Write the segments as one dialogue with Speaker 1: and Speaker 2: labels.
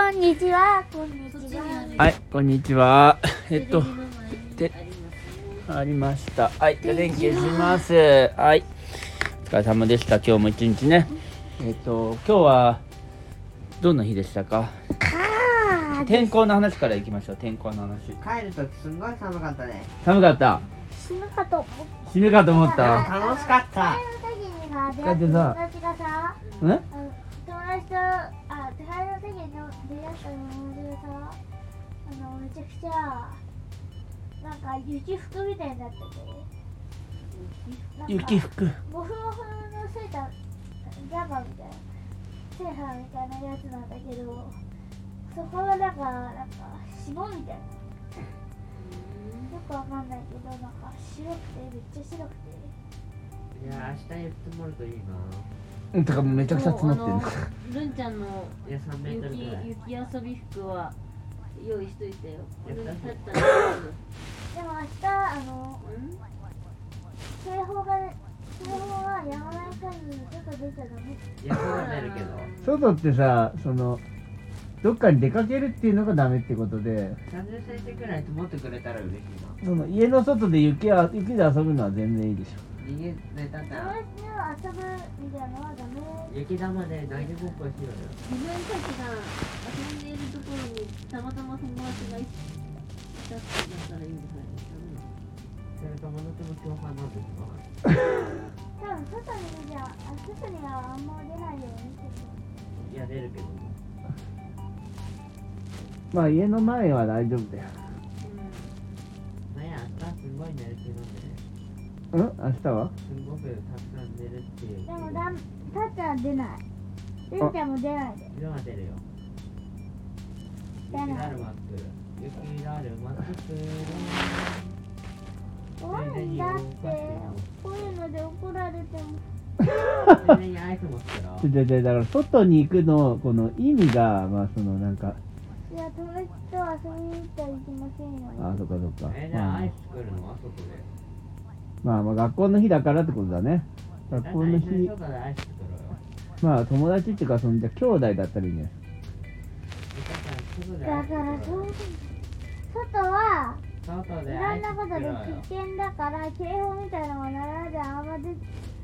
Speaker 1: はこんにちは
Speaker 2: はい、こんにちは。えっと、
Speaker 3: で
Speaker 2: で、ありました。はい、じゃあ連携します。はい。お疲れ様でした。今日も一日ね。えっと、今日は。どんな日でしたか。
Speaker 1: あ
Speaker 2: 天候の話からいきましょう。天候の話。
Speaker 3: 帰るときすんごい寒かったね。
Speaker 2: 寒かった。
Speaker 1: ー死ぬかと思っ
Speaker 2: 死ぬかと思っ
Speaker 3: でも
Speaker 2: た。
Speaker 3: 楽しかった。
Speaker 1: た帰る時にさ出
Speaker 2: だ
Speaker 1: 会
Speaker 2: っ
Speaker 1: ってた
Speaker 2: さ
Speaker 1: 友達がさ
Speaker 2: うん。
Speaker 1: あの友達とあ帰る時に出会った友達がさあのめちゃくちゃなんか雪服みたいになってて
Speaker 2: 雪服。
Speaker 1: モフモフのセータージャマみたいなセーターみたいなやつなんだけどそこはなんかなんか霜みたいなよくわかんないけどなんか白くてめっちゃ白くて
Speaker 3: いや、明日言ってもらうといいな。
Speaker 2: うん、とか、めちゃくちゃ詰まってるの。
Speaker 4: るんちゃんの
Speaker 3: いや、3メートル
Speaker 4: 雪
Speaker 3: ぐらい。
Speaker 4: 雪遊び服は用意しといたよ。
Speaker 3: やった
Speaker 4: 俺に立ったら大
Speaker 1: で
Speaker 4: 丈
Speaker 1: も明日あの
Speaker 4: 夫うん
Speaker 1: 警報が警報は山の中にちょっと出ちゃダメ
Speaker 3: いや、そうはなるけど。
Speaker 2: 外ってさ、その。どっかに出かけるっていうのがダメってことで。
Speaker 3: 30センチくらい積もってくれたら嬉しいな。
Speaker 2: その家の外で雪は、雪で遊ぶのは全然いいでしょ
Speaker 3: 逃げ、ね、だった
Speaker 1: 友
Speaker 3: ら、
Speaker 1: 達と遊ぶみたいなのはダメ
Speaker 3: 雪玉で投げごっこしよ
Speaker 4: 自分たちが遊んでいるところにたまたま友達がいたってなったらいいんじゃないですか
Speaker 3: う
Speaker 4: ね。
Speaker 3: よ。それ友達も共犯なんですか
Speaker 1: 多分外にじゃあ外にはあんま出ないようにして
Speaker 3: い
Speaker 1: る
Speaker 3: や、出るけど。
Speaker 2: まあ、家の前は大丈夫だよ。
Speaker 3: まあ、いや、明日すごい寝る気なんでね。
Speaker 2: うん、明日は。
Speaker 3: すごくたくさん寝るっていう。
Speaker 1: でもだんたっちゃんは出ないりんちゃんも出ないで
Speaker 3: 色は出るよ。雪だるま
Speaker 1: 出ない
Speaker 3: 作る。雪だるま作る。
Speaker 1: 怖いんだってこういうので怒られても
Speaker 3: それにアイスも作ろう
Speaker 2: じ。ゃじゃだから外に行くのこの意味がまあそのなんか
Speaker 1: いや友達と遊びに行ったらいけませんよ
Speaker 2: あそっかそっか
Speaker 3: えじゃあ
Speaker 2: ま
Speaker 3: ア
Speaker 2: あ
Speaker 3: イス作るのは外で
Speaker 2: まあまあ学校の日だからってことだね学校の
Speaker 3: だって一緒
Speaker 2: 日
Speaker 3: に外でアイス作ろうよ
Speaker 2: まあ友達っていうかそのじゃあ兄弟だったらいいね
Speaker 3: だ
Speaker 1: だ
Speaker 3: から外
Speaker 1: か
Speaker 3: でアイ
Speaker 1: ら
Speaker 3: ス
Speaker 1: そ
Speaker 3: 作ろ
Speaker 1: う
Speaker 3: うよ
Speaker 1: いう外は
Speaker 3: 外
Speaker 1: い
Speaker 3: で
Speaker 1: ろ
Speaker 3: アイ
Speaker 1: ん
Speaker 3: ス作
Speaker 1: なこ
Speaker 3: ろ
Speaker 1: と
Speaker 3: うよ
Speaker 1: で危険だから警報みたいなのが鳴らであんま出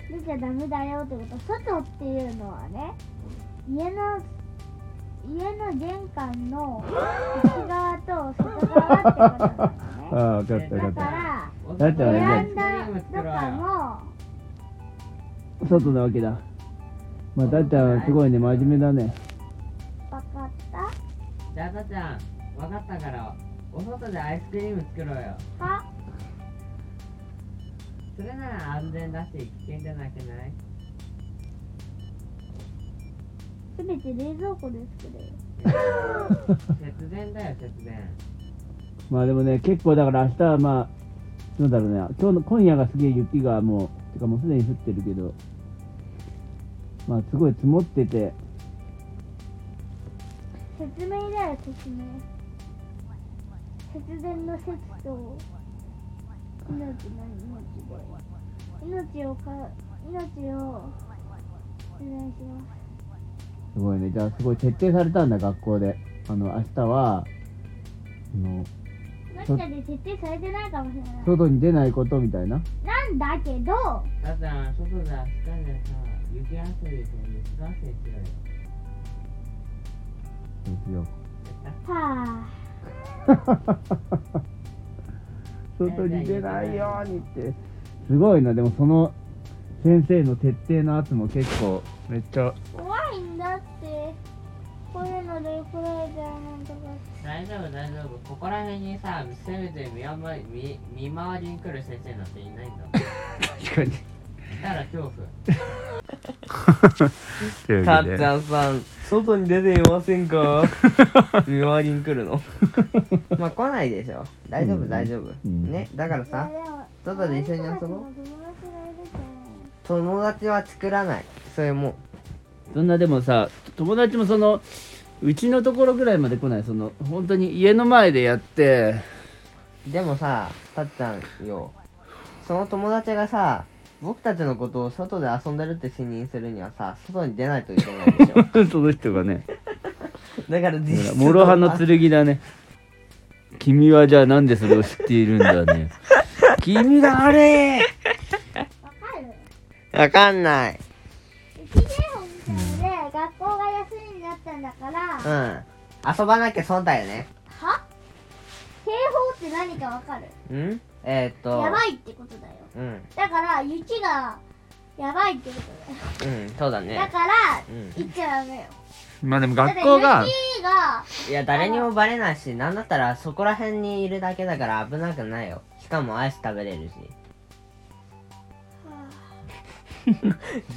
Speaker 1: 出ちゃダメだよってこと外っていうのはね家の家の玄関の内側と外側ってことなの
Speaker 2: あ
Speaker 1: ね
Speaker 2: あ分かった
Speaker 1: だか
Speaker 2: 分かっ
Speaker 1: ら
Speaker 2: だってあ
Speaker 1: ベ
Speaker 2: れね
Speaker 1: ランダとかも
Speaker 2: た外なわけだまあだっちゃんすごいね真面目だね
Speaker 1: バカった
Speaker 3: じゃあたちゃん分かったからお外でアイスクリーム作ろうよ
Speaker 1: か
Speaker 3: それなら安全だし危険じゃなく ない
Speaker 1: すべて冷蔵庫で作れよ
Speaker 3: 節電だよ節電
Speaker 2: まあでもね結構だから明日はまあなんだろうね今日の今夜がすげえ雪がもうてかもうすでに降ってるけどまあすごい積もってて
Speaker 1: 説明だよ説明節電の節と命の命で命をか命をお願いします
Speaker 2: すごいね。じゃあすごい徹底されたんだ学校で。あの明日はあの
Speaker 1: もしかして徹底されてないかもしれない
Speaker 2: 外に出ないことみたいな。
Speaker 1: なんだけど
Speaker 3: たちゃん外で明日でさ雪遊びで雪合戦しようよ
Speaker 2: ですよ。
Speaker 3: やっ
Speaker 1: はあ
Speaker 2: 外に出ないようにって。すごいな。でもその先生の徹底の圧も結構めっちゃ。
Speaker 1: 怖いんだってこういうので怒られたらなんとか
Speaker 3: た大丈夫大丈夫ここら辺にさせめて見あまり見見回りに来る先生なんていないんだもん
Speaker 2: 確かに。
Speaker 3: だから 恐怖
Speaker 5: たっちゃんさん外に出ていません か見回りに来るの まあ来ないでしょ大丈
Speaker 2: う
Speaker 5: 夫
Speaker 2: ん
Speaker 5: 大丈夫、
Speaker 2: うん
Speaker 5: ねだからさ
Speaker 1: いやでも
Speaker 5: 外で一緒に遊ぼう
Speaker 1: 友達がいるから
Speaker 5: 友達は作らないそれも
Speaker 2: そんなでもさ友達もそのうちのところぐらいまで来ないその本当に家の前でやって。
Speaker 5: でもさたっちゃんよその友達がさ僕たちのことを外 で遊んでるって信任するにはさ外に出ないといけないでしょ
Speaker 2: その人がね。
Speaker 5: だから実質
Speaker 2: 諸刃の剣だね君はじゃあなんでそれを知っているんだ ね君があれ
Speaker 1: わかる
Speaker 5: わかんない
Speaker 1: 一年本みたいで学校が休みになったんだから、
Speaker 5: う
Speaker 1: は
Speaker 5: ん遊ばなきゃ損だよね
Speaker 1: 警報って何かわかる
Speaker 5: うんえー、っと
Speaker 1: やばいってことだよ
Speaker 5: うん
Speaker 1: だから雪がやばいってことだよ
Speaker 5: うんそうだね
Speaker 1: だから、
Speaker 5: うん
Speaker 1: 行っちゃダメよ
Speaker 2: まあでも学
Speaker 1: だ
Speaker 2: 校
Speaker 1: っ
Speaker 2: が
Speaker 1: て雪が
Speaker 5: いや誰にもバレないしなんだったらそこら辺にいるだけだから危なくないよしかもアイス食べれるし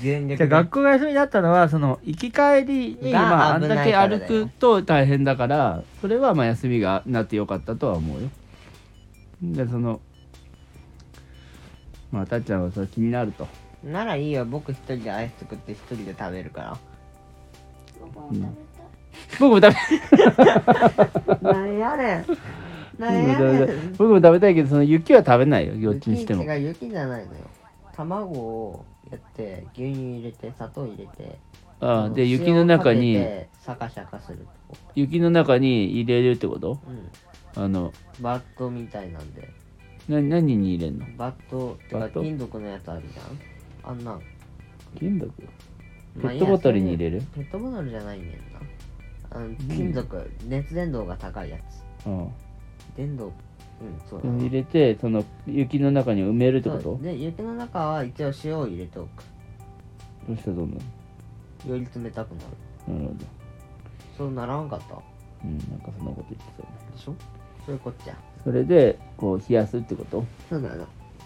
Speaker 5: 全力
Speaker 2: じゃあ学校が休みだったのはその行き帰りに、
Speaker 5: が
Speaker 2: まあ、あん
Speaker 5: 危な
Speaker 2: だ
Speaker 5: い
Speaker 2: け
Speaker 5: からだ
Speaker 2: 歩
Speaker 5: よ
Speaker 2: くと大変だからそれはまあ休みがなってよかったとは思うよでそのまあたっちゃんはそれ気になると
Speaker 5: ならいいよ僕一人でアイス作って一人で食べるから
Speaker 1: 僕も食べたい
Speaker 2: 僕も食べ
Speaker 5: なんやねんなん
Speaker 2: 僕も
Speaker 5: や
Speaker 2: 食べ
Speaker 5: ね
Speaker 2: たい
Speaker 5: ん
Speaker 2: 僕も食べたいけどその雪は食べないよどっちにしても
Speaker 5: 雪違う雪じゃないのよ卵をやって牛乳入れて砂糖入れて
Speaker 2: ああ
Speaker 5: の
Speaker 2: で
Speaker 5: 塩
Speaker 2: 雪の中
Speaker 5: か
Speaker 2: に
Speaker 5: けてシャカシャカするとこ
Speaker 2: 雪の中に入れるってこと
Speaker 5: うん
Speaker 2: あの
Speaker 5: バットみたいなんで
Speaker 2: な何に入れんの
Speaker 5: バットて
Speaker 2: バ
Speaker 5: か
Speaker 2: ット
Speaker 5: 金属のやつあるじゃんあんなん
Speaker 2: 金属ペ
Speaker 5: まあ
Speaker 2: ッ
Speaker 5: いい
Speaker 2: ト
Speaker 5: や
Speaker 2: ボトルに入れる
Speaker 5: ペットボトルじゃないんだよなあの金属、熱伝導が高いやつ
Speaker 2: うん
Speaker 5: 電動うんそうだな
Speaker 2: 入れてその雪の中に埋めるってこ
Speaker 5: そ
Speaker 2: と
Speaker 5: うで雪の中は一応塩を入れておく
Speaker 2: どうしたどうなの
Speaker 5: より冷たくなる
Speaker 2: なるほど。
Speaker 5: そうならんかったで
Speaker 2: うん、なんかそんなこと言ってたね。
Speaker 5: しょそういうこっちゃ
Speaker 2: それで、こう、冷やすってこと
Speaker 5: そうだよな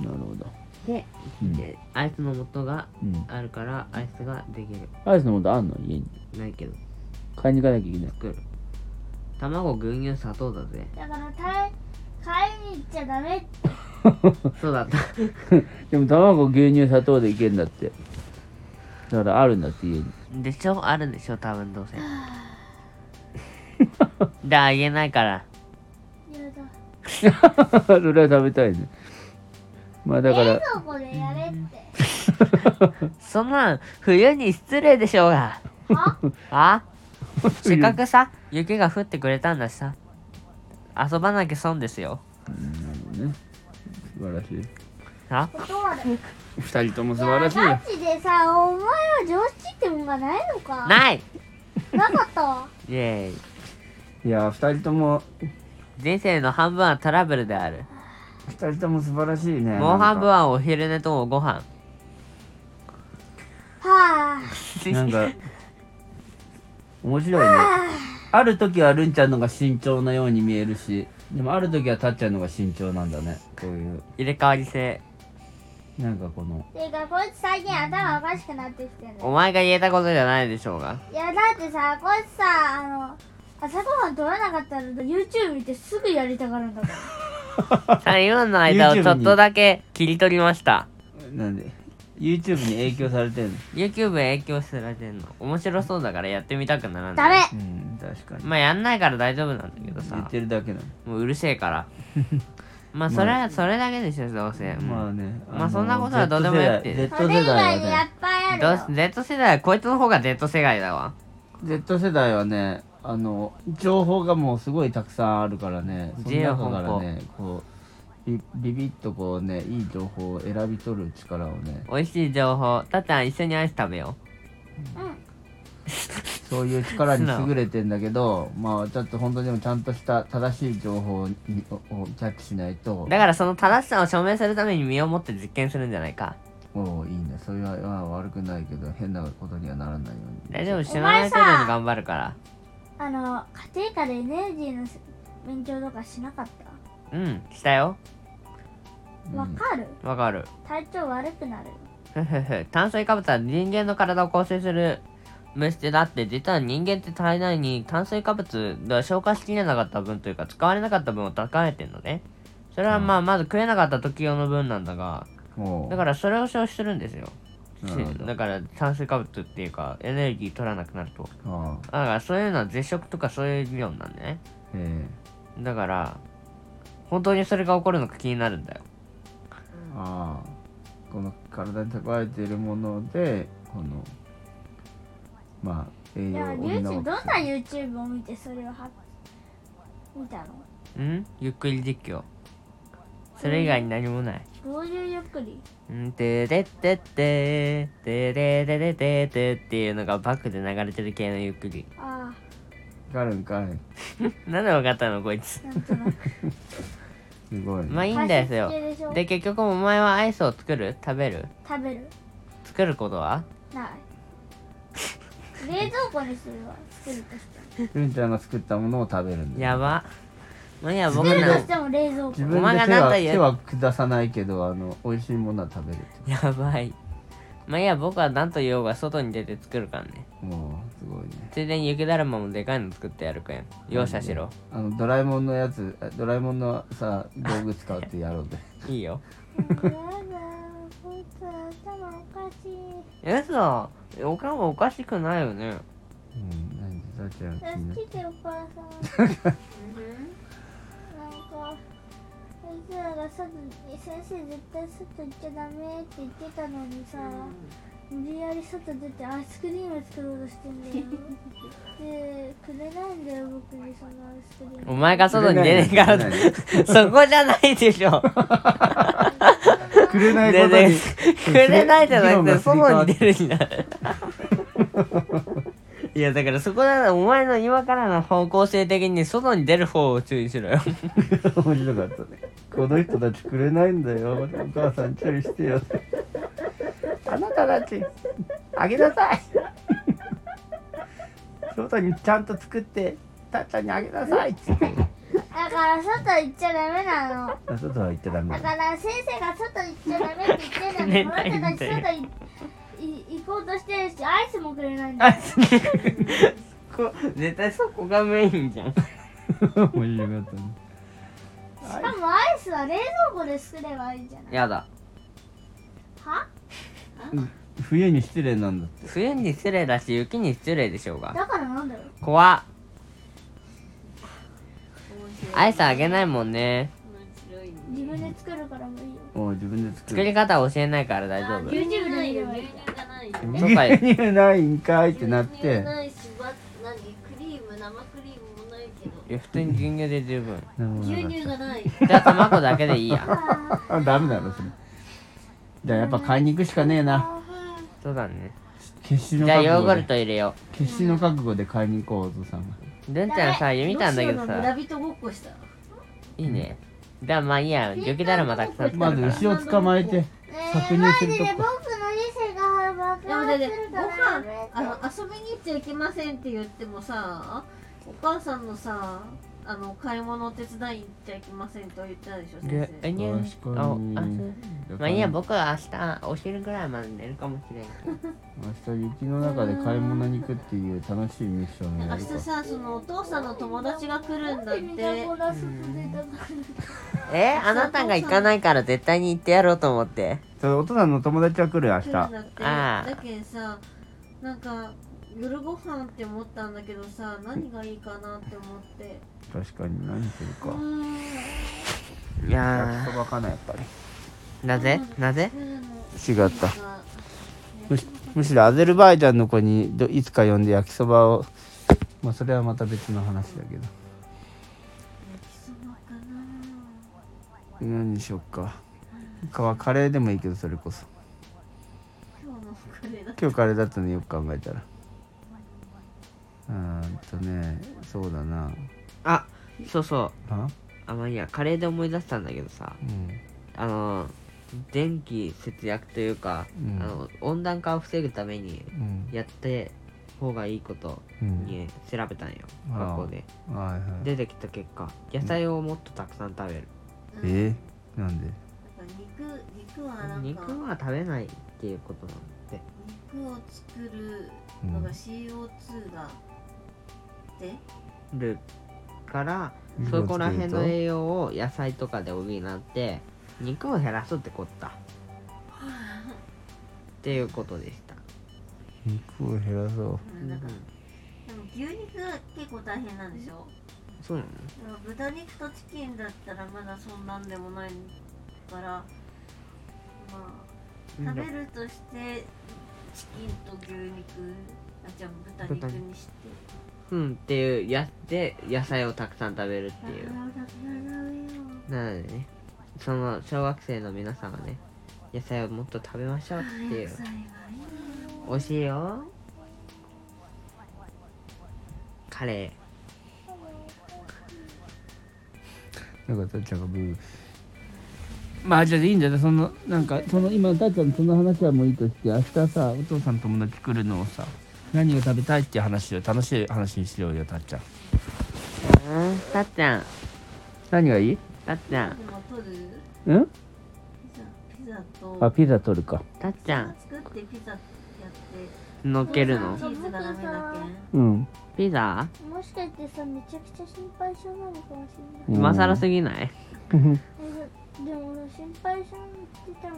Speaker 2: なるほど。
Speaker 5: で,、
Speaker 2: うん
Speaker 5: でアイスの素が
Speaker 2: うん。
Speaker 5: あるからアイスができる
Speaker 2: アイスのことあんの家に。
Speaker 5: ないけど
Speaker 2: 買いに行かなきゃいけない。
Speaker 5: 作る卵牛乳砂糖だ ぜ
Speaker 1: だからたい買いに行っちゃダメって
Speaker 5: そうだった
Speaker 2: でも、卵、牛乳、砂糖でいけんだって。だから、あるんだって家に。
Speaker 5: でしょあるでしょ多分どうせであげないから
Speaker 1: やだ
Speaker 2: それは食べたいね。まあ、だか
Speaker 1: 冷
Speaker 2: ら、
Speaker 1: 蔵庫でやれって
Speaker 5: そんなん冬に失礼でしょうが
Speaker 1: は
Speaker 5: あせっかくさ雪が降ってくれたんだしさ遊ばなきゃ損ですよ
Speaker 2: ね。素晴らしい。
Speaker 5: あ
Speaker 1: 断る
Speaker 2: 二人とも素晴
Speaker 1: ガ
Speaker 2: らしいよ。
Speaker 1: チでさお前は常識ってもんがないのかな
Speaker 5: ない
Speaker 1: かったわ
Speaker 5: イエーイ
Speaker 2: いやー、二人とも、
Speaker 5: 人生の半分はトラブルである
Speaker 2: 二人とも素晴らしいね。
Speaker 5: もう半分
Speaker 2: は。
Speaker 5: はお昼寝とおご飯
Speaker 1: はあ
Speaker 2: なんか、面白いね。ある時はるんちゃんのが慎重なように見えるしでもある時はたっちゃんのが慎重なんだねこういう
Speaker 5: 入れ替わり制
Speaker 2: なんかこの
Speaker 1: ていうかこいつ最近頭おかしくなってきてる
Speaker 5: お前が言えたことじゃないでしょうが
Speaker 1: いやだってさこいつさあの朝ごはん取らなかったら YouTube 見てすぐやりたがるんだから
Speaker 5: さあ今の間をちょっとだけ切り取りました
Speaker 2: なんで YouTube に影響されてんの
Speaker 5: YouTube 影響してられてんの面白そうだからやってみたくならない
Speaker 1: ダ メ
Speaker 2: うん確かに
Speaker 5: まあやんないから大丈夫なんだけど
Speaker 2: 言
Speaker 5: さ
Speaker 2: ってるだけなの
Speaker 5: もううるせえから まあそれはそれだけでしょどうせ
Speaker 2: ま
Speaker 5: もう
Speaker 2: あね
Speaker 5: まあそんなことはどうでもよくて
Speaker 2: Z
Speaker 1: それ
Speaker 2: 世
Speaker 1: 以外
Speaker 2: 代
Speaker 1: にや
Speaker 2: は
Speaker 1: っ
Speaker 2: ね
Speaker 1: ぱいある
Speaker 5: ど
Speaker 1: よ
Speaker 5: うし Z 世代はこいつの方が Z 世代だわ
Speaker 2: Z 世代はねあの情報がもうすごいたくさんあるからねその中からねこうビビビッとこうねいい情報を選び取る力をね
Speaker 5: 美味しい情報たっちゃん一緒にアイス食べよ
Speaker 2: そういう力に優れてんだけど、まあちょっと本当にでもちゃんとした正しい情報をにをキャッチしないと
Speaker 5: う、だからその正しさを証明するために身をもって実験するんじゃないか
Speaker 2: おういいね、それはまあ悪くないけど変なことにはならないように。
Speaker 5: 大丈夫知
Speaker 1: お
Speaker 5: らな
Speaker 1: 前
Speaker 5: い
Speaker 1: さ
Speaker 5: 程度に頑張るから
Speaker 1: あの家庭科でエネルギーの勉強とかしなかった
Speaker 5: うんしたよ
Speaker 1: わかる、
Speaker 5: わかる
Speaker 1: 体調悪くなるよ
Speaker 5: ふふふ炭水化物は人間の体を構成する物質だって実は人間って体内に炭水化物が消化しきれなかった分というか使われなかった分を蓄えてるのねそれはまあまず食えなかった時用の分なんだが
Speaker 2: おう
Speaker 5: だからそれを消費するんですよ
Speaker 2: なるほど
Speaker 5: だから炭水化物っていうかエネルギー取らなくなると
Speaker 2: ああ
Speaker 5: だからそういうのは絶食とかそういう理論なんだね
Speaker 2: え
Speaker 5: だから本当にそれが起こるのか気になるんだよ
Speaker 2: えああこの体に蓄えているものでこのまあ栄
Speaker 1: い
Speaker 2: 養
Speaker 1: や
Speaker 2: を
Speaker 1: YouTube ど
Speaker 2: 補
Speaker 1: ん
Speaker 2: う
Speaker 1: な YouTube を見てそれをは見たの
Speaker 5: うんゆっくり実況それ以外に何もない
Speaker 1: どういうゆっくり
Speaker 5: うんてれってっててれれれててっていうのがバックで流れてる系のゆっくり
Speaker 1: あ
Speaker 2: ガルンガルン
Speaker 5: なんで分かったのこいつ
Speaker 1: あなんとなく
Speaker 2: すごい、
Speaker 5: まあいいんですよ
Speaker 1: 解説系でしょ
Speaker 5: で結局お前はアイスを作る食べる
Speaker 1: 食べる
Speaker 5: 作ることは
Speaker 1: ない 冷蔵庫にする わ作るとしても
Speaker 2: ルンちゃんが作ったものを食べるんだ
Speaker 5: やばまあいいや僕
Speaker 1: 作ると
Speaker 5: な
Speaker 1: しても冷蔵庫
Speaker 2: 自
Speaker 5: お
Speaker 2: 分
Speaker 5: 前
Speaker 2: で
Speaker 5: が
Speaker 2: 手
Speaker 5: なん
Speaker 2: は
Speaker 5: か言う
Speaker 2: 手は下さないけどあの美味しいものは食べる
Speaker 5: やばいまあいいや僕は何と言おうが外に出て作るからね
Speaker 2: もうすごいね
Speaker 5: ついでに雪だるまもでかいの作ってやるかん容赦しろ
Speaker 2: あのドラえもんのやつあドラえもんのさ道具使ってやろうぜ
Speaker 5: いいよ
Speaker 1: やだこいつ頭おかしい
Speaker 5: えさおかんはおかしくないよね
Speaker 2: うん何さっちゃん気にな
Speaker 1: 助
Speaker 2: る
Speaker 1: けてお母さんなんかあいつらが外に先生絶対外行っちゃダメって言ってたのにさ、無理やり外出てアイスクリーム作ろうとしてんだ よでくれないんだよ僕にそのアイスクリーム
Speaker 5: お前が外に出ねえから
Speaker 2: くれない
Speaker 5: そこじゃないでしょ
Speaker 2: くれない
Speaker 5: で
Speaker 2: こと
Speaker 5: ね
Speaker 2: に
Speaker 5: くれないじゃなくて
Speaker 2: 議論が
Speaker 5: 外
Speaker 2: すり
Speaker 5: に出るになるいやだから そこだなお前の今からの方向性的に外に出る方を注意しろよ
Speaker 2: 面白かったねこの人たちくれないんだよお母さん注意してよあなたたちあげなさい外にちゃんと作ってたっちゃんにあげなさいっつって
Speaker 1: だから外行っちゃダメなの
Speaker 2: あ外は行っちゃダメ
Speaker 1: だ
Speaker 2: だ
Speaker 1: から先生が外行っちゃダメって言 ってんのにこの人たち外いい行こうとしてるしアイスもくれないんだよ
Speaker 5: こ 絶対そこがメインじゃん
Speaker 2: 面白かったね
Speaker 1: しかもアイスは冷蔵庫で作ればいいじゃない
Speaker 5: やだ
Speaker 1: は
Speaker 2: 冬に失礼なんだって
Speaker 5: 冬に失礼だし雪に失礼でしょうが
Speaker 1: だからなんだよ
Speaker 5: 怖っアイスあげないもんね
Speaker 4: 面白いね
Speaker 1: 自分で作るからもいいよ
Speaker 2: もう自分で作
Speaker 5: 作
Speaker 2: る
Speaker 5: り方教えないから大丈
Speaker 4: あ
Speaker 5: 夫
Speaker 4: 牛乳ないよ牛乳がないよ
Speaker 5: そうかい
Speaker 2: 牛乳ないんかいってなっ
Speaker 4: 牛乳
Speaker 2: て
Speaker 4: ないしわ何クリーム生クリームもないけど
Speaker 5: いや普通に牛乳で十分
Speaker 4: 牛乳がない
Speaker 5: じゃあ卵だけでいいや
Speaker 1: あ
Speaker 2: あダメだろそれじゃあやっぱ買いに行くしかねえな
Speaker 5: そうだね
Speaker 2: 決死の
Speaker 5: じゃあ
Speaker 2: 覚
Speaker 5: ヨー
Speaker 2: 悟
Speaker 5: グル
Speaker 2: で
Speaker 5: ト入れよ
Speaker 2: 決死の覚悟で買いに行こうお父さんが
Speaker 5: うルンちゃんさ見たんだけど
Speaker 4: ロシアの村
Speaker 5: さ
Speaker 4: 人ごっこした
Speaker 5: いいねじゃあまあいいや雪だるまたくさん作
Speaker 2: ま
Speaker 5: る
Speaker 2: ず
Speaker 5: から
Speaker 2: 牛を捕まえて搾乳すると
Speaker 1: で僕の人
Speaker 2: こ
Speaker 1: 生が爆
Speaker 4: でも
Speaker 1: 発
Speaker 4: だ
Speaker 1: す
Speaker 4: って
Speaker 1: る
Speaker 4: ご
Speaker 1: から
Speaker 4: 飯あ
Speaker 1: や
Speaker 4: の遊びに行っちゃいけませんって言ってもさお母さんのさあの買い物手伝いに行っちゃいけませんと言ってたでしょ先
Speaker 5: で
Speaker 4: 生
Speaker 5: えにゅ
Speaker 2: 確かに
Speaker 5: ああそうまあいいや僕は明日お昼ぐらいまで寝るかもしれんけど
Speaker 2: 明日雪の中で買い物に行くっていう楽しいミッションをや
Speaker 4: 明
Speaker 2: るか
Speaker 4: 日さそのお父さんの友達が来るんだっ
Speaker 1: めてみん
Speaker 4: て
Speaker 1: なこんな外出たから
Speaker 5: えあなたが行かないから絶対に行ってやろうと思って
Speaker 2: そうお父さんの友達は来るよ明
Speaker 4: 来る
Speaker 2: 日
Speaker 4: んだって
Speaker 5: ああ
Speaker 4: だけどさなんか夜ご飯って思ったんだけどさ何がいいかなって思って
Speaker 2: 確かに何するか
Speaker 5: い
Speaker 2: 焼き
Speaker 5: や
Speaker 2: そばかなやっぱり
Speaker 5: ーなぜなぜ
Speaker 2: 違った
Speaker 4: まあ
Speaker 2: むしむしろアゼルバイジャンの子にどいつか呼んで焼きそばをまあそれはまた別の話だけど
Speaker 4: 焼きそばかな
Speaker 2: 何にしよっかかはカレーでもいいけどそれこそ
Speaker 4: 今日のカレーだ
Speaker 2: 今日カレーだったのよく考えたらうーんとねそうだな
Speaker 5: あそうそう
Speaker 2: あ
Speaker 5: あまあいいやカレーで思い出したんだけどさ
Speaker 2: うん
Speaker 5: あの電気節約というか、
Speaker 2: うん
Speaker 5: あの温暖化を防ぐために
Speaker 2: うん
Speaker 5: やって方がいいこと
Speaker 2: うん
Speaker 5: に調べたんよ、
Speaker 2: あー
Speaker 5: 学校で
Speaker 2: はいはい
Speaker 5: 出てきた結果野菜をもっとたくさん食べる、
Speaker 2: えー、なんで
Speaker 4: なんか肉肉はなんか
Speaker 5: 肉は食べないっていうことなんで
Speaker 4: 肉を作るのが CO2 が、で
Speaker 5: るから
Speaker 2: うん
Speaker 5: そこら辺
Speaker 2: 肉を
Speaker 5: の
Speaker 2: 作ると
Speaker 5: 栄養を野菜とかで補って肉を減らすってことだっていうことでした、
Speaker 2: 肉を減らそう
Speaker 4: うんなんか
Speaker 5: うん
Speaker 4: でも牛肉が結構大変なんでしょ
Speaker 5: そうなの
Speaker 4: でも豚肉とチキンだったらまだそんなんでもないからまあ食べるとしてチキンと牛肉あじゃあ豚肉にして
Speaker 5: うんっていうやって野菜をたくさん食べるってい
Speaker 1: な
Speaker 5: う
Speaker 1: くなるよ
Speaker 5: なのでねその小学生の皆さんはね野菜をもっと食べましょうっていう美味しいよカレ
Speaker 2: なんかたっちゃんがブーまあじゃあいいんじゃないそのなんかその今たっちゃんのその話はもういいとして明日さお父さん友達来るのをさ何を食べたいっていう話を楽しい話にしようよたっちゃん
Speaker 5: ーうんたっちゃん
Speaker 2: 何がいい
Speaker 5: たっちゃん
Speaker 4: でも取る
Speaker 2: うん
Speaker 4: ピザピザ
Speaker 2: あ
Speaker 4: と
Speaker 2: ピザ取るか
Speaker 5: たっちゃん
Speaker 4: 作ってピザやって
Speaker 5: 乗っけるの
Speaker 4: チーズがダメだ
Speaker 2: うん
Speaker 5: ピザ
Speaker 1: もしかしてさめちゃくちゃ心配性なのかもしれない
Speaker 5: 今更すぎない
Speaker 1: えでも俺心配性ってても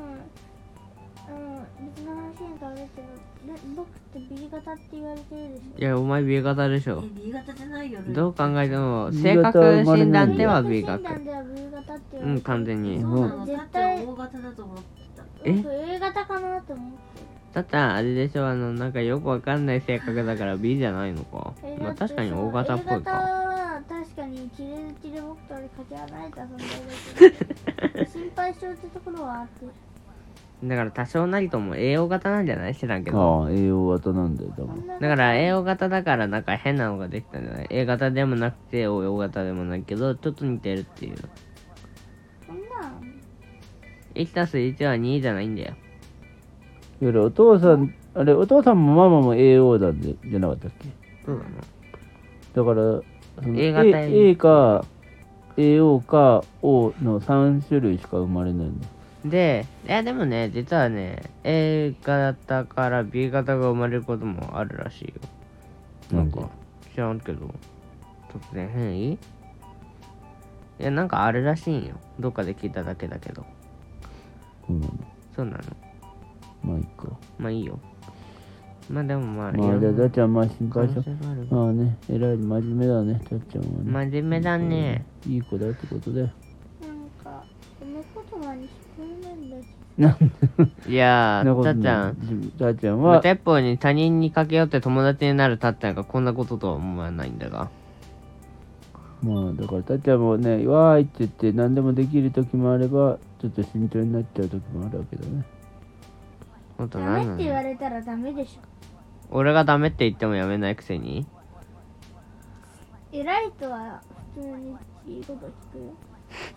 Speaker 1: うん別の話に変わるけどな僕って B 型って言われてるでしょ
Speaker 5: いやお前 B 型でしょ
Speaker 4: けんえ B 型じゃないよね
Speaker 5: どう考えても
Speaker 2: B
Speaker 5: 性
Speaker 2: 型
Speaker 5: 格診断で
Speaker 2: で
Speaker 5: は B
Speaker 1: 型診
Speaker 5: 型
Speaker 1: 断では B 型って言われ
Speaker 5: うん
Speaker 1: てる
Speaker 5: 完全に
Speaker 4: そうなの
Speaker 1: 絶
Speaker 4: だって
Speaker 1: 対
Speaker 4: O 型だと思ってた
Speaker 5: え
Speaker 1: 僕 A 型かなと思って
Speaker 5: たっちゃんあれでしょあのなんかよくわかんない性格だから B じゃないのか
Speaker 1: え
Speaker 5: ま
Speaker 1: だ
Speaker 5: あ
Speaker 1: て
Speaker 5: 確かに O 型っぽい
Speaker 1: A 型
Speaker 5: か
Speaker 1: は確かにキレルキレ僕とでかけ離れた存在だけど心配性ってところはあって
Speaker 5: だから多少なりとも AO 型なんじゃない知らんけど
Speaker 2: ああ栄養型なんだよ多
Speaker 1: そん
Speaker 2: 分
Speaker 1: な
Speaker 5: だから AO 型だからなんか変なのができたんじゃない ?A 型でもなくて OO 型でもないけどちょっと似てるっていう
Speaker 1: そんな
Speaker 5: 1たす1は2じゃないんだよ
Speaker 2: いやお父さんあれお父さんもママも AO だぜじゃなかったっけ
Speaker 5: そうなの
Speaker 2: だからその
Speaker 5: A 型
Speaker 2: A, A か AO か O の3種類しか生まれないんだ
Speaker 5: でいやでもね実はね A 型から B 型が生まれることもあるらしいよ
Speaker 2: なんか
Speaker 5: 知らんけど突然変異いやなんかあるらしいんよどっかで聞いただけだけど
Speaker 2: そうなの
Speaker 5: そうなの
Speaker 2: まあいいか
Speaker 5: まあいいよまあでもまあいろ
Speaker 2: まあ
Speaker 5: ん
Speaker 2: じゃ
Speaker 5: な
Speaker 2: あだっちゃんまあ心
Speaker 5: 可
Speaker 2: 配性
Speaker 5: 能性がある
Speaker 2: まあねえらい真面目だねだっちゃんはね、
Speaker 5: 真面目だね
Speaker 2: いい子だってことだよ
Speaker 1: なんかこの言葉に聞こえないんだけど
Speaker 2: なん
Speaker 5: いや
Speaker 2: な
Speaker 5: ー
Speaker 2: こと
Speaker 5: たっちゃ
Speaker 2: なんいたっちゃん
Speaker 5: 無
Speaker 2: は
Speaker 5: 鉄砲に他人に駆け寄って友達になるたっちゃんがこんなこととは思わないんだが
Speaker 2: まあだからたっちゃんもね「わーい」って言って何でもできる時もあればちょっと慎重になっちゃう時もあるわけだね
Speaker 5: ほんと
Speaker 1: ダ
Speaker 5: 何
Speaker 1: メ
Speaker 5: な
Speaker 1: って言わ
Speaker 5: の
Speaker 1: れたらダメでしょ
Speaker 5: 俺がダメって言ってもやめないくせに
Speaker 1: 偉いとは普通にいいこと聞くよ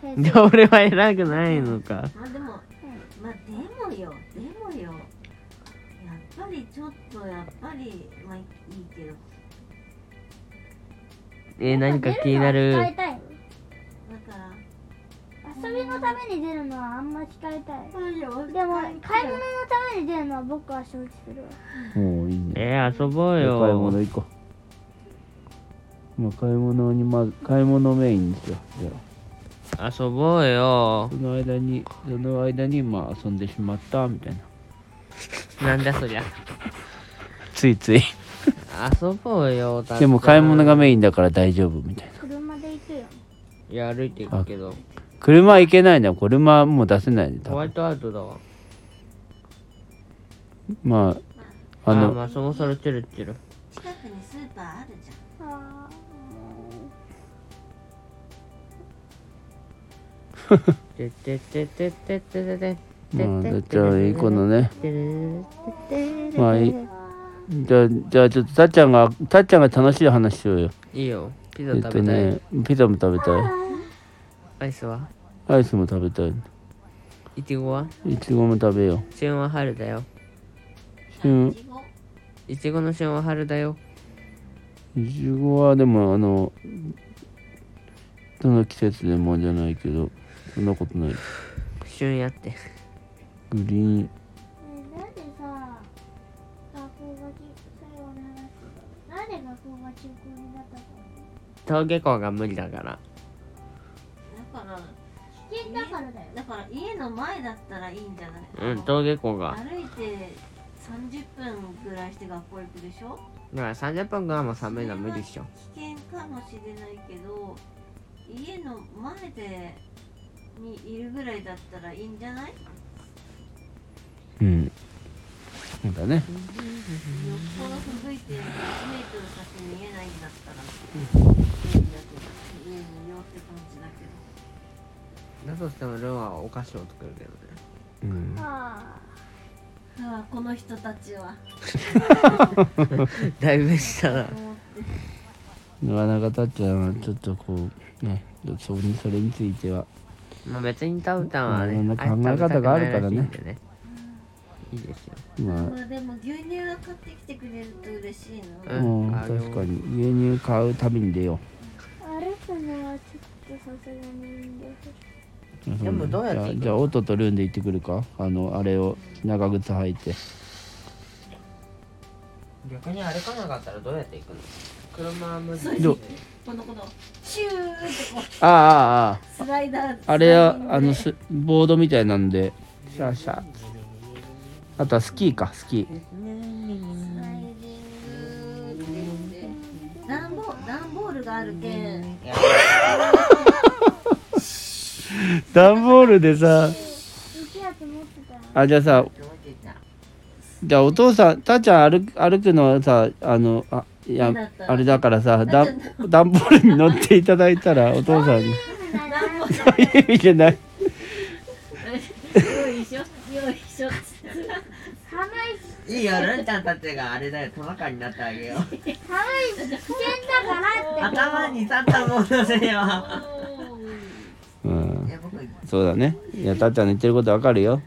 Speaker 1: 早く
Speaker 5: で俺は偉くないのか
Speaker 4: まあでも、まあでもよでもよやっぱりちょっとやっぱりまあいいけど
Speaker 5: えー何か気にな
Speaker 1: 出のは控え
Speaker 5: る
Speaker 1: たい
Speaker 4: だから
Speaker 1: 遊びのために出るのはあんま控えたいで
Speaker 4: で
Speaker 1: も買い物のために出るのは僕は承知するわ
Speaker 2: もういいね
Speaker 5: えー、遊ぼう
Speaker 2: じゃあ買い物
Speaker 5: よ
Speaker 2: 行こうまあ買い物にまず買い物メインにしようじゃあ
Speaker 5: 遊ぼうよ
Speaker 2: その間にその間にまあ遊んでしまったみたいな
Speaker 5: なんだそりゃ
Speaker 2: ついつい
Speaker 5: 遊ぼうよたっち
Speaker 2: で
Speaker 5: ゃん
Speaker 2: も買い物がメインだから大丈夫みたいな
Speaker 1: 車で行くよ
Speaker 5: いや歩いていくけど
Speaker 2: 車行けないね車もう出せないね多
Speaker 5: ホワイ
Speaker 2: 分
Speaker 5: トアウトだわ
Speaker 2: まあ
Speaker 5: あ
Speaker 2: あ
Speaker 5: の
Speaker 2: の
Speaker 5: まあそもそもチュルチュル
Speaker 4: 近くにスーパーあるじゃん
Speaker 1: あ
Speaker 5: てててててててて
Speaker 2: まあだっちゃんいい子のねまあいいじゃあじゃあちょっとたっちゃんがたっちゃんが楽しい話しようよ
Speaker 5: いいよピザ
Speaker 2: えっと
Speaker 5: 食べたい、
Speaker 2: ねピザも食べたい
Speaker 5: アイスは
Speaker 2: アイスも食べたい
Speaker 5: いちごはい
Speaker 2: ちごも食べよ
Speaker 5: 旬は春だよ
Speaker 2: う旬
Speaker 4: いちご
Speaker 5: いちごの旬は春だよ
Speaker 2: いちごはでもあのどの季節でもじゃないけどそんなことない
Speaker 5: 旬やって
Speaker 2: グリーン
Speaker 1: ーねえなんでさ学校がき最後の話だなんで学校が中高になったの
Speaker 5: 登下校が無理だから
Speaker 4: だから
Speaker 1: 危険だからだよ
Speaker 4: だから家の前だったらいいんじゃない、
Speaker 5: うん
Speaker 4: あの
Speaker 5: 登下校が
Speaker 4: 歩いて30分ぐらいして学校行くでしょ
Speaker 5: だから30分ぐらいも寒いのは無理っしょ
Speaker 4: 危険かもしれないけど家の前でにいるぐらいだったらいいんじゃない
Speaker 2: うんそうだね
Speaker 4: よっぽど吹雪いてるの1メートル先見えないんだったら、家にだけど家にいようって感じだけど
Speaker 5: だとしてもルンはお菓子を作るけどね
Speaker 2: うん
Speaker 1: あ
Speaker 4: ああこの人たちは
Speaker 5: だいぶしたな
Speaker 4: と思って
Speaker 2: なかなかたっちゃんはちょっとこうねそれにそれについては
Speaker 5: まあ別にタウタンはね
Speaker 2: うんいろんな考え方があるからね
Speaker 5: あえて食べたくないらしいんでねいいですよ
Speaker 2: ま
Speaker 4: まあでも牛乳は買ってきてくれると嬉しいな、
Speaker 2: あ
Speaker 5: う
Speaker 2: うんん確かに牛乳買うたびに出よ
Speaker 1: ー歩くのはちょっとさすがに運動不足
Speaker 2: う
Speaker 5: でもどうやって行く
Speaker 2: じゃ
Speaker 5: の
Speaker 2: あじゃあオトとルーンで行ってくるかあのあれを長靴履いて
Speaker 5: 逆に歩かなかったらどうやって行くの車は無理
Speaker 4: そう
Speaker 2: ど
Speaker 4: このことシューってこ
Speaker 2: あああああ
Speaker 4: うスライダー
Speaker 2: ああれはあのすボードみたいなんでシャーシャーあとはスキーかスキー
Speaker 4: スライディングって言って段ボ段ボールがあるけん
Speaker 2: 段ボールでさ
Speaker 1: 雪やと思ってたら
Speaker 2: あじゃあさじゃあお父さんたーちゃん歩く歩くのはさあのあいや
Speaker 4: 嫌だった
Speaker 2: あれだからさダン段ボールに乗っていただいた らお父さんに
Speaker 4: 段ボール
Speaker 2: そういう意味じゃない
Speaker 4: よいしょよいしょっつって
Speaker 1: 寒い
Speaker 5: いいよルンちゃんたちがあれだよトナカになってあげよう
Speaker 1: 寒い危険だからって
Speaker 5: 頭にサンタも乗せよ
Speaker 2: うん
Speaker 5: いや僕
Speaker 2: そうだね。いや、たっちゃんの言ってることわかるよ。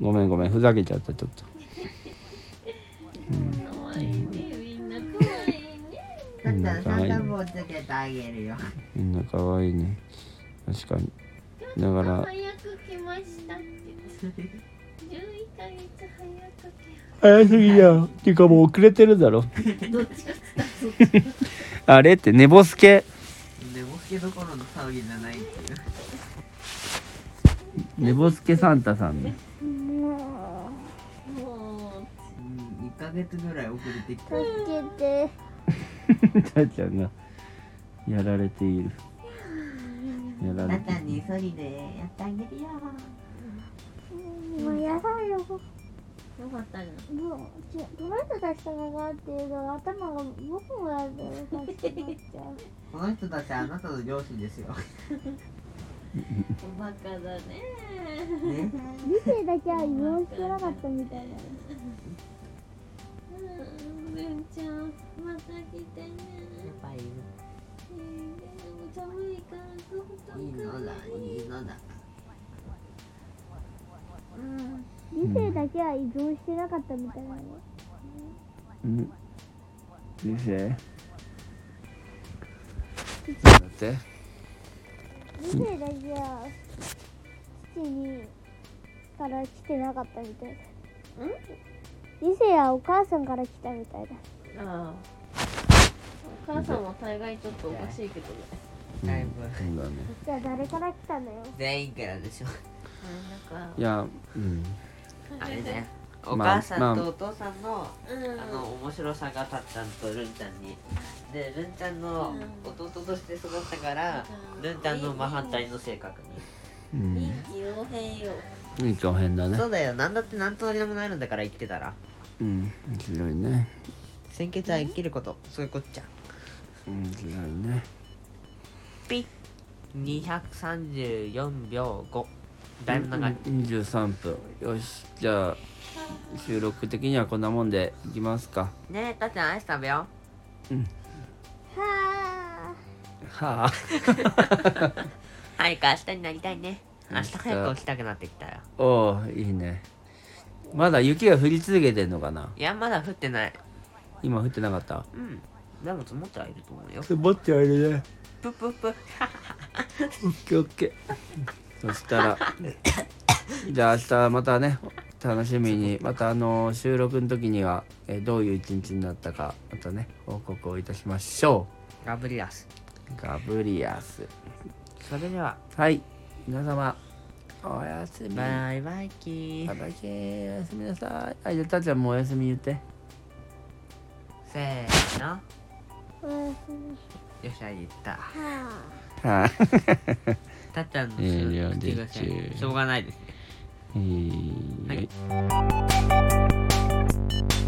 Speaker 2: ごめんごめん、ふざけちゃった、ちょっと。
Speaker 4: かわいいねみ
Speaker 5: ル
Speaker 4: んなかわいいね
Speaker 5: ンちゃんサンタもつけてあげるよ
Speaker 2: みんな可愛いね。確かに。だか
Speaker 4: 早
Speaker 2: ら
Speaker 4: く、来ましたって言って11ヶ月早く
Speaker 2: 早すぎやん。っていうかもう遅れてるだろ。
Speaker 4: 来 どっちかっつったらそっち
Speaker 2: あれって、寝ぼすけ。
Speaker 5: 寝ぼけどころの騒ぎじゃないっていう
Speaker 2: 寝ぼすけサンタさんね。
Speaker 1: も
Speaker 4: もう
Speaker 5: 1ヶ月ぐらい遅れてきた
Speaker 1: う助けて
Speaker 2: たっちゃんが、やられている。やられている。
Speaker 5: に急いでやってあげるよ
Speaker 1: もうやだよも
Speaker 4: よかったじゃん
Speaker 1: うちこの人たちと仲がっていうのは頭が僕もやだよさっきのっちゃう
Speaker 5: この人たちあなたの両親ですよ
Speaker 4: おバカだね
Speaker 5: ね
Speaker 1: 理性だけは言おうしてなかったみたいな
Speaker 4: うんルンちゃんまた来てね
Speaker 5: ぱいい
Speaker 4: えーでも寒いからソフト
Speaker 5: いのだいいのだ
Speaker 4: うん
Speaker 1: 理性だけは依存してなかったみたいなね
Speaker 2: うん。先生。だって。
Speaker 1: 理性だけは父にから来てなかったみたいな理性はお母さんから来たみたいな
Speaker 4: ああお母さんは大概ちょっとおかしいけどね
Speaker 5: だいぶ
Speaker 2: そうだね。
Speaker 1: じゃあ誰から来たのよ
Speaker 5: 全員からでしょ
Speaker 4: あなん
Speaker 2: い
Speaker 4: か
Speaker 2: や、うん。
Speaker 5: あれね
Speaker 2: まあ
Speaker 5: お母さん
Speaker 2: まあ
Speaker 5: とお父さんの
Speaker 4: うん
Speaker 5: あの面白さがたっちゃんとるんちゃんにでるんちゃんの弟として育ったから
Speaker 4: うん
Speaker 5: るんちゃんの真反対の性格
Speaker 2: う
Speaker 4: 臨
Speaker 2: ん。
Speaker 4: 機応変よ
Speaker 2: いい長編だ
Speaker 5: に
Speaker 2: ね
Speaker 5: そ。うだよ何だって何となりでもないのだから生きてたら
Speaker 2: うん。面白いね。
Speaker 5: 先決は生きることそういうこっちゃ
Speaker 2: 面白いね。
Speaker 5: ピッ234秒5だいぶ長い
Speaker 2: 23分よしじゃあ収録的にはこんなもんでいきますか
Speaker 5: ねえたっちゃんアイス食べよ
Speaker 1: はあ
Speaker 2: はあ
Speaker 5: う早く明日になりたいね明日早く起きたくなってきたよ
Speaker 2: おおいいねまだ雪が降り続けてんのかない
Speaker 5: やまだ降ってない
Speaker 2: 今降ってなかった
Speaker 5: うんでも積もってはいると思うよ
Speaker 2: 持ってはいるね
Speaker 5: ぷっぷっぷ
Speaker 2: オッケーオッケーそした らじゃあ明日またね楽しみにまたあの収録の時には、えーどういう一日になったかまたね報告をいたしましょ
Speaker 5: ガブリアス
Speaker 2: うガブリアス
Speaker 5: それでは
Speaker 2: はい皆様おやすみ
Speaker 5: バイバイキー
Speaker 2: バイバイキーおやすみなさい。あ、じゃあ、たっちゃんもおやすみ言って。
Speaker 5: せーの
Speaker 1: おやすみ
Speaker 5: よっしゃ言った
Speaker 1: はあ
Speaker 2: はい。
Speaker 5: たっちゃんの
Speaker 2: えー
Speaker 5: 口癖
Speaker 2: 料理中
Speaker 5: しょうがないですね
Speaker 2: はい